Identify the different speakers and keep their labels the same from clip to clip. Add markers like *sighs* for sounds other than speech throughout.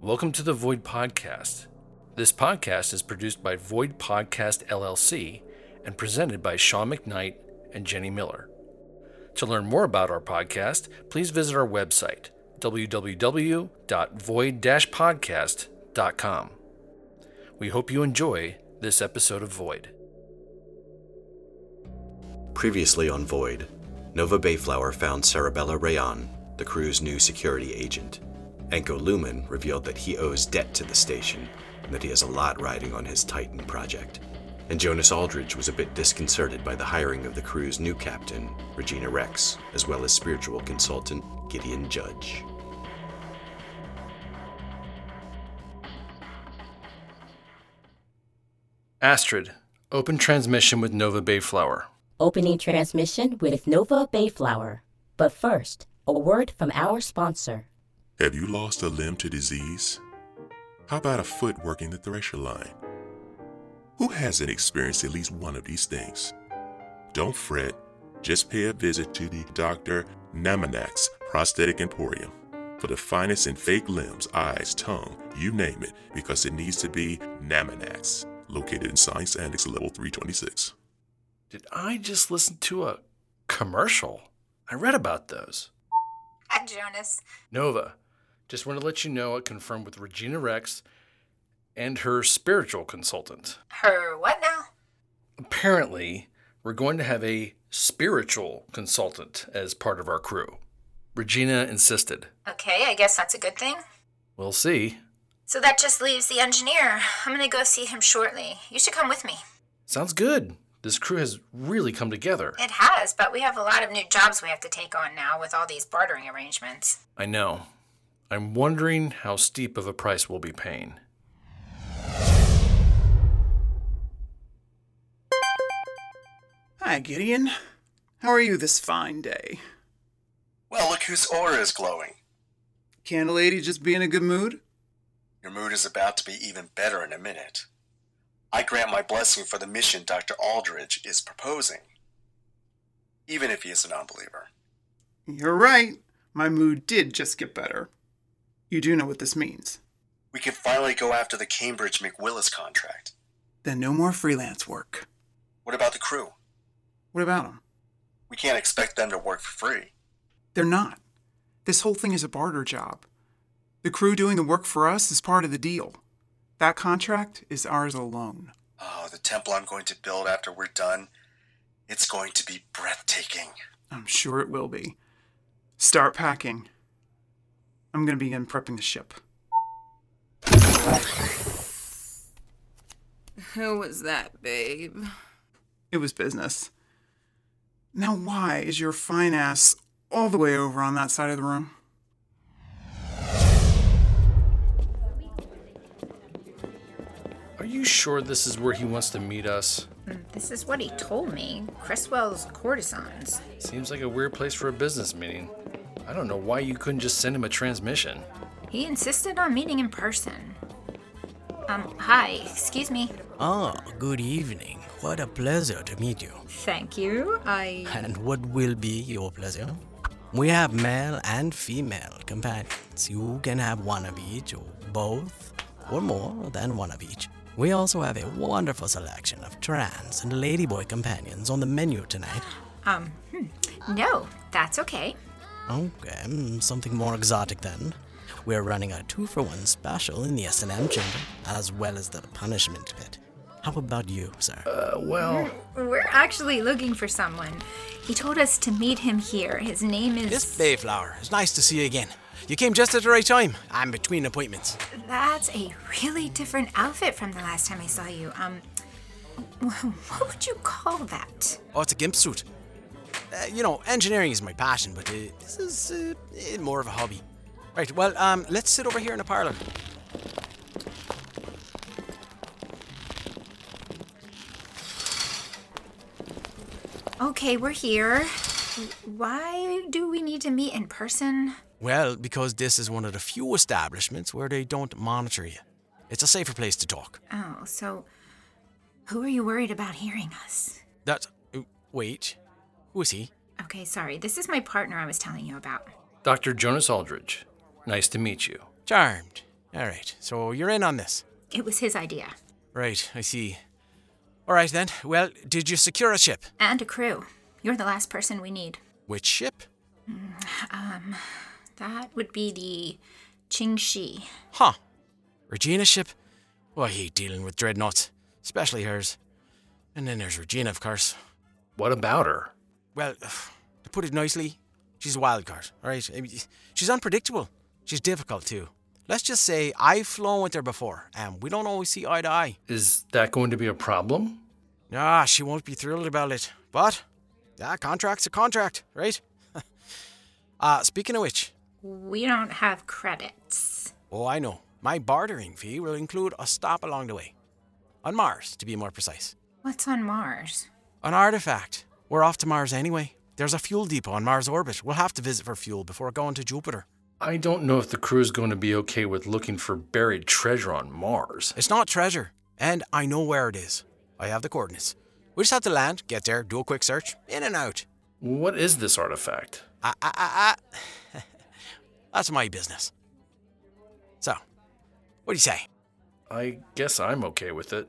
Speaker 1: Welcome to the Void Podcast. This podcast is produced by Void Podcast LLC and presented by Sean McKnight and Jenny Miller. To learn more about our podcast, please visit our website, www.void-podcast.com. We hope you enjoy this episode of Void.
Speaker 2: Previously on Void, Nova Bayflower found Sarabella Rayon, the crew's new security agent. Anko Lumen revealed that he owes debt to the station and that he has a lot riding on his Titan project. And Jonas Aldridge was a bit disconcerted by the hiring of the crew's new captain, Regina Rex, as well as spiritual consultant, Gideon Judge.
Speaker 1: Astrid, open transmission with Nova Bayflower.
Speaker 3: Opening transmission with Nova Bayflower. But first, a word from our sponsor.
Speaker 4: Have you lost a limb to disease? How about a foot working the thresher line? Who hasn't experienced at least one of these things? Don't fret. Just pay a visit to the Dr. Namanak's Prosthetic Emporium for the finest in fake limbs, eyes, tongue, you name it, because it needs to be Namanak's, located in Science Annex Level 326.
Speaker 1: Did I just listen to a commercial? I read about those.
Speaker 5: I'm Jonas.
Speaker 1: Nova, just want to let you know I confirmed with Regina Rex and her spiritual consultant.
Speaker 5: Her what now?
Speaker 1: Apparently, we're going to have a spiritual consultant as part of our crew. Regina insisted.
Speaker 5: Okay, I guess that's a good thing.
Speaker 1: We'll see.
Speaker 5: So that just leaves the engineer. I'm gonna go see him shortly. You should come with me.
Speaker 1: Sounds good. This crew has really come together.
Speaker 5: It has, but we have a lot of new jobs we have to take on now with all these bartering arrangements.
Speaker 1: I know. I'm wondering how steep of a price we'll be paying.
Speaker 6: Hi, Gideon. How are you this fine day?
Speaker 7: Well, look whose aura is glowing.
Speaker 6: Can a lady just be in a good mood?
Speaker 7: Your mood is about to be even better in a minute. I grant my blessing for the mission Dr. Aldridge is proposing, even if he is an unbeliever.
Speaker 6: You're right. My mood did just get better. You do know what this means.
Speaker 7: We can finally go after the Cambridge McWillis contract.
Speaker 6: Then no more freelance work.
Speaker 7: What about the crew?
Speaker 6: What about them?
Speaker 7: We can't expect them to work for free.
Speaker 6: They're not. This whole thing is a barter job. The crew doing the work for us is part of the deal. That contract is ours alone.
Speaker 7: Oh, the temple I'm going to build after we're done, it's going to be breathtaking.
Speaker 6: I'm sure it will be. Start packing. I'm gonna begin prepping the ship.
Speaker 8: Who was that, babe?
Speaker 6: It was business. Now, why is your fine ass all the way over on that side of the room?
Speaker 1: Are you sure this is where he wants to meet us?
Speaker 5: Mm, This is what he told me. Cresswell's courtesans.
Speaker 1: Seems like a weird place for a business meeting. I don't know why you couldn't just send him a transmission.
Speaker 5: He insisted on meeting in person. Um, hi, excuse me.
Speaker 9: Ah, good evening. What a pleasure to meet you.
Speaker 5: Thank you. I.
Speaker 9: And what will be your pleasure? We have male and female companions. You can have one of each, or both, or more than one of each. We also have a wonderful selection of trans and ladyboy companions on the menu tonight.
Speaker 5: Um, hmm. no, that's okay.
Speaker 9: Okay, mm, something more exotic then. We're running a two for one special in the S&M chamber, as well as the punishment pit. How about you, sir?
Speaker 1: Uh, well,
Speaker 5: We're actually looking for someone. He told us to meet him here. His name is.
Speaker 9: Miss Bayflower, it's nice to see you again. You came just at the right time. I'm between appointments.
Speaker 5: That's a really different outfit from the last time I saw you. Um, *laughs* what would you call that?
Speaker 9: Oh, it's a gimp suit. Uh, you know, engineering is my passion, but uh, this is uh, eh, more of a hobby. Right, well, um, let's sit over here in the parlor.
Speaker 5: Okay, we're here. Why do we need to meet in person?
Speaker 9: Well, because this is one of the few establishments where they don't monitor you. It's a safer place to talk.
Speaker 5: Oh, so who are you worried about hearing us?
Speaker 9: That's. uh, Wait. Who is he?
Speaker 5: Okay, sorry. This is my partner I was telling you about.
Speaker 1: Dr. Jonas Aldridge, nice to meet you.
Speaker 9: Charmed. All right, so you're in on this.
Speaker 5: It was his idea.
Speaker 9: Right, I see. All right then. Well, did you secure a ship?
Speaker 5: And a crew. You're the last person we need.
Speaker 9: Which ship?
Speaker 5: Um, that would be the Qingxi.
Speaker 9: Huh. Regina's ship? Why, he dealing with dreadnoughts, especially hers. And then there's Regina, of course.
Speaker 1: What about her?
Speaker 9: Well, *sighs* to put it nicely, she's a wild card, all right? I mean, She's unpredictable. She's difficult, too. Let's just say I've flown with her before, and we don't always see eye to eye.
Speaker 1: Is that going to be a problem?
Speaker 9: Ah, she won't be thrilled about it. But, yeah, contract's a contract, right? *laughs* uh, speaking of which,
Speaker 5: We don't have credits.
Speaker 9: Oh, I know. My bartering fee will include a stop along the way. On Mars, to be more precise.
Speaker 5: What's on Mars?
Speaker 9: An artifact. We're off to Mars anyway. There's a fuel depot on Mars orbit. We'll have to visit for fuel before going to Jupiter.
Speaker 1: I don't know if the crew is going to be okay with looking for buried treasure on Mars.
Speaker 9: It's not treasure, and I know where it is. I have the coordinates. We just have to land, get there, do a quick search, in and out.
Speaker 1: What is this artifact?
Speaker 9: Ah, ah, ah, ah. *laughs* That's my business. So, what do you say?
Speaker 1: I guess I'm okay with it.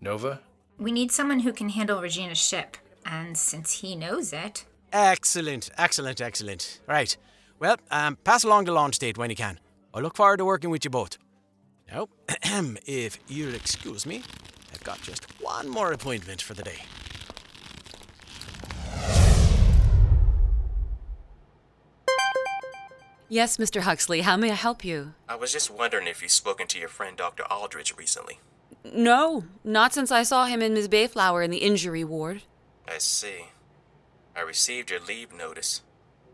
Speaker 1: Nova?
Speaker 5: We need someone who can handle Regina's ship. And since he knows it,
Speaker 9: Excellent, excellent, excellent. Right. Well, um, pass along the launch date when you can. I look forward to working with you both. Now, *clears throat* if you'll excuse me, I've got just one more appointment for the day.
Speaker 10: Yes, Mr. Huxley, how may I help you?
Speaker 7: I was just wondering if you've spoken to your friend Dr. Aldridge recently.
Speaker 10: No, not since I saw him in Miss Bayflower in the injury ward.
Speaker 7: I see. I received your leave notice.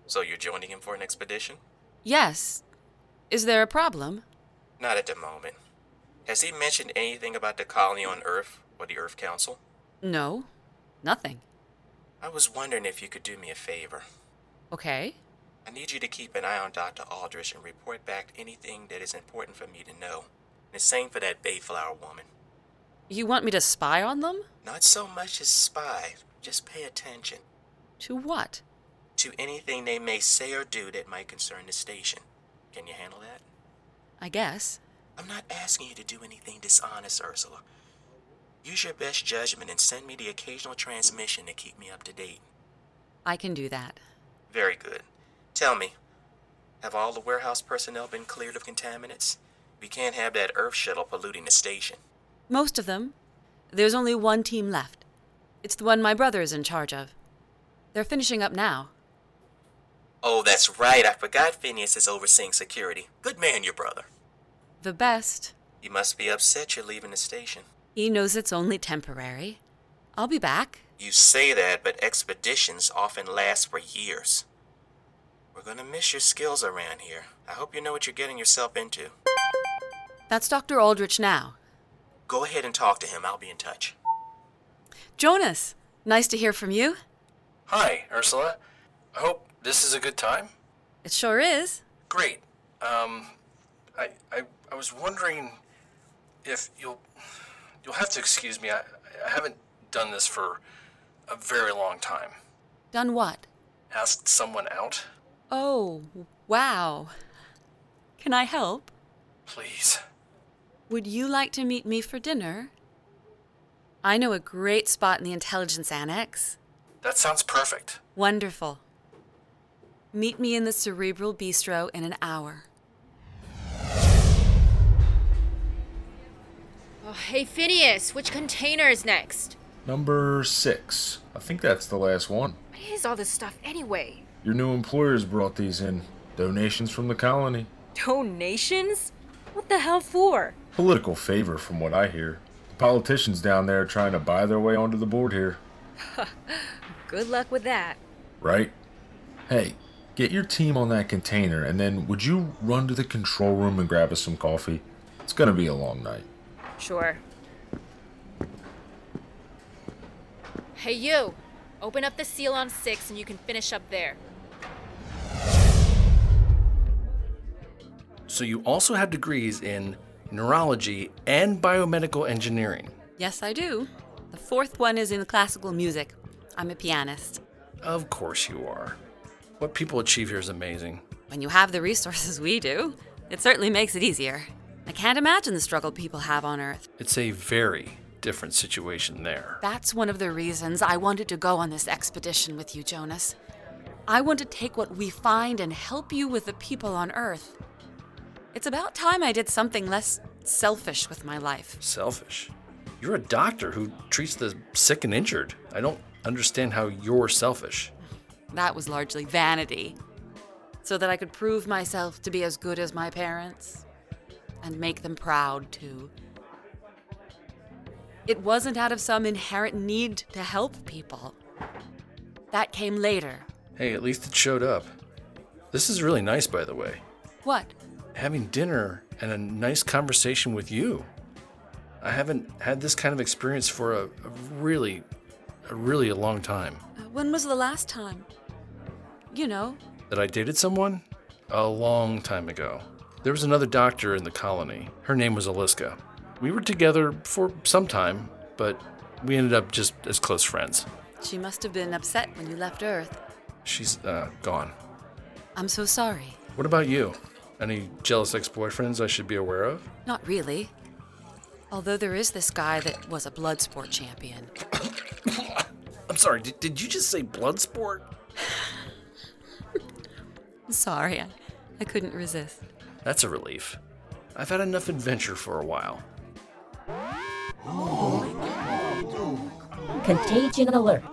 Speaker 7: So you're joining him for an expedition?
Speaker 10: Yes. Is there a problem?
Speaker 7: Not at the moment. Has he mentioned anything about the colony on Earth or the Earth Council?
Speaker 10: No, nothing.
Speaker 7: I was wondering if you could do me a favor.
Speaker 10: Okay.
Speaker 7: I need you to keep an eye on Dr. Aldrich and report back anything that is important for me to know. And the same for that Bayflower woman.
Speaker 10: You want me to spy on them?
Speaker 7: Not so much as spy, just pay attention
Speaker 10: To what?
Speaker 7: to anything they may say or do that might concern the station. Can you handle that?
Speaker 10: I guess.
Speaker 7: I'm not asking you to do anything dishonest, Ursula. Use your best judgment and send me the occasional transmission to keep me up to date.
Speaker 10: I can do that.
Speaker 7: Very good. Tell me, have all the warehouse personnel been cleared of contaminants? We can't have that Earth shuttle polluting the station.
Speaker 10: Most of them. There's only one team left. It's the one my brother is in charge of. They're finishing up now.
Speaker 7: Oh, that's right. I forgot Phineas is overseeing security. Good man, your brother.
Speaker 10: The best.
Speaker 7: You must be upset you're leaving the station.
Speaker 10: He knows it's only temporary. I'll be back.
Speaker 7: You say that, but expeditions often last for years. We're gonna miss your skills around here. I hope you know what you're getting yourself into.
Speaker 10: That's Dr. Aldrich now.
Speaker 7: Go ahead and talk to him. I'll be in touch.
Speaker 10: Jonas, nice to hear from you.
Speaker 1: Hi, Ursula. I hope this is a good time.
Speaker 10: It sure is.
Speaker 1: Great. Um, I, I, I was wondering if you'll you'll have to excuse me. I, I haven't done this for a very long time.
Speaker 10: Done what?
Speaker 1: Asked someone out,
Speaker 10: Oh, wow. Can I help?
Speaker 1: please.
Speaker 10: Would you like to meet me for dinner? I know a great spot in the intelligence annex.
Speaker 1: That sounds perfect.
Speaker 10: Wonderful. Meet me in the Cerebral Bistro in an hour.
Speaker 11: Oh, hey, Phineas, which container is next?
Speaker 4: Number six. I think that's the last one.
Speaker 11: What is all this stuff anyway?
Speaker 4: Your new employers brought these in. Donations from the colony.
Speaker 11: Donations? What the hell for?
Speaker 4: Political favor, from what I hear. The politicians down there are trying to buy their way onto the board here,
Speaker 11: Good luck with that.
Speaker 4: right? Hey, get your team on that container, and then would you run to the control room and grab us some coffee? It's gonna be a long night.
Speaker 11: Sure. Hey, you! Open up the seal on six and you can finish up there.
Speaker 1: So you also have degrees in neurology and biomedical engineering.
Speaker 10: Yes, I do. The fourth one is in classical music. I'm a pianist.
Speaker 1: Of course you are. What people achieve here is amazing.
Speaker 10: When you have the resources we do, it certainly makes it easier. I can't imagine the struggle people have on Earth.
Speaker 1: It's a very different situation there.
Speaker 10: That's one of the reasons I wanted to go on this expedition with you, Jonas. I want to take what we find and help you with the people on Earth. It's about time I did something less selfish with my life.
Speaker 1: Selfish. You're a doctor who treats the sick and injured. I don't understand how you're selfish.
Speaker 10: That was largely vanity. So that I could prove myself to be as good as my parents and make them proud, too. It wasn't out of some inherent need to help people. That came later.
Speaker 1: Hey, at least it showed up. This is really nice, by the way.
Speaker 10: What?
Speaker 1: Having dinner and a nice conversation with you. I haven't had this kind of experience for a, a really, a really a long time.
Speaker 10: Uh, When was the last time? You know,
Speaker 1: That I dated someone? A long time ago. There was another doctor in the colony. Her name was Aliska. We were together for some time, but we ended up just as close friends.
Speaker 10: she must have been upset when you left Earth.
Speaker 1: She's uh, gone.
Speaker 10: I'm so sorry.
Speaker 1: What about you? Any jealous ex boyfriends I should be aware of?
Speaker 10: Not really. Although there is this guy that was a blood sport champion.
Speaker 1: I'm sorry, did, did you just say blood sport?
Speaker 10: I'm *laughs* sorry, I, I couldn't resist.
Speaker 1: That's a relief. I've had enough adventure for a while.
Speaker 3: Contagion alert.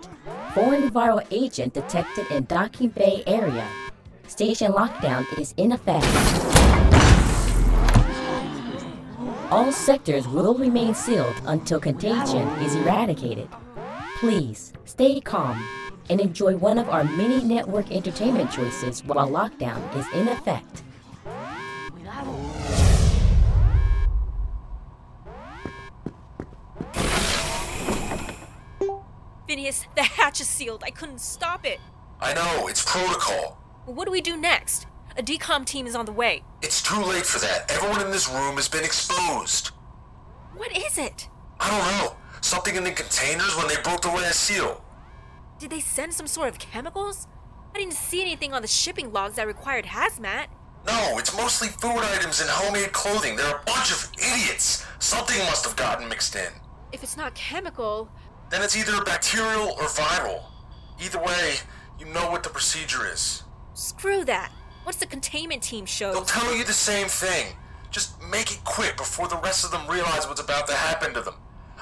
Speaker 3: Foreign viral agent detected in Docking Bay area. Station lockdown is in effect. All sectors will remain sealed until contagion is eradicated. Please stay calm and enjoy one of our many network entertainment choices while lockdown is in effect.
Speaker 12: Phineas, the hatch is sealed. I couldn't stop it.
Speaker 7: I know, it's protocol.
Speaker 12: What do we do next? A decom team is on the way.
Speaker 7: It's too late for that. Everyone in this room has been exposed.
Speaker 12: What is it?
Speaker 7: I don't know. Something in the containers when they broke the last seal.
Speaker 12: Did they send some sort of chemicals? I didn't see anything on the shipping logs that required hazmat.
Speaker 7: No, it's mostly food items and homemade clothing. They're a bunch of idiots. Something must have gotten mixed in.
Speaker 12: If it's not chemical,
Speaker 7: Then it's either bacterial or viral. Either way, you know what the procedure is.
Speaker 12: screw that. What's the containment team show?
Speaker 7: Tell you the same thing. Just make it quick before the rest of them realize what's about to happen to them.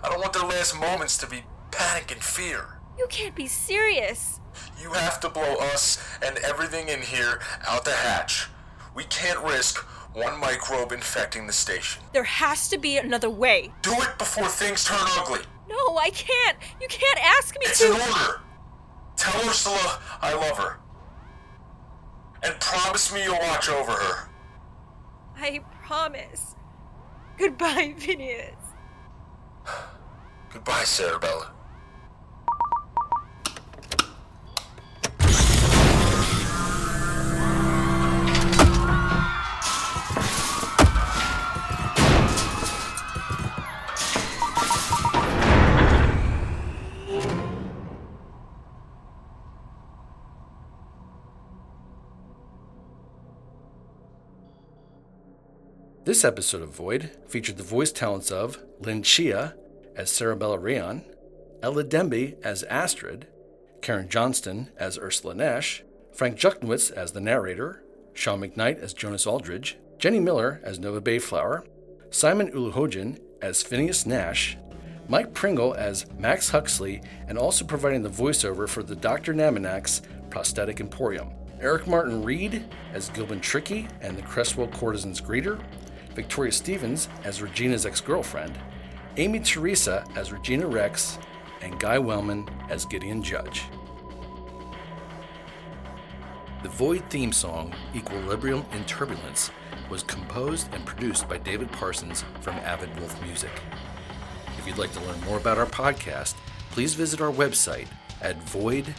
Speaker 7: I don't want their last moments to be panic and fear.
Speaker 12: You can't be serious.
Speaker 7: You have to blow us and everything in here out the hatch. We can't risk one microbe infecting the station.
Speaker 12: There has to be another way.
Speaker 7: Do it before things turn ugly.
Speaker 12: No, I can't. You can't ask me
Speaker 7: It's
Speaker 12: to.
Speaker 7: an order. Tell Ursula I love her. And promise me you'll watch over her.
Speaker 12: I promise. Goodbye, Phineas.
Speaker 7: Goodbye, Sarabella.
Speaker 1: This episode of Void featured the voice talents of Lynn Chia as Sarabella Rayon, Ella Demby as Astrid, Karen Johnston as Ursula Nash, Frank Juchnowitz as the narrator, Sean McKnight as Jonas Aldridge, Jenny Miller as Nova Bayflower, Simon Uluhogen as Phineas Nash, Mike Pringle as Max Huxley, and also providing the voiceover for the Dr. Naminak's Prosthetic Emporium. Eric Martin Reed as Gilbin Tricky and the Cresswell Courtesan's Greeter, Victoria Stevens as Regina's ex girlfriend, Amy Teresa as Regina Rex, and Guy Wellman as Gideon Judge. The Void theme song, Equilibrium and Turbulence, was composed and produced by David Parsons from Avid Wolf Music. If you'd like to learn more about our podcast, please visit our website at void-podcast.com.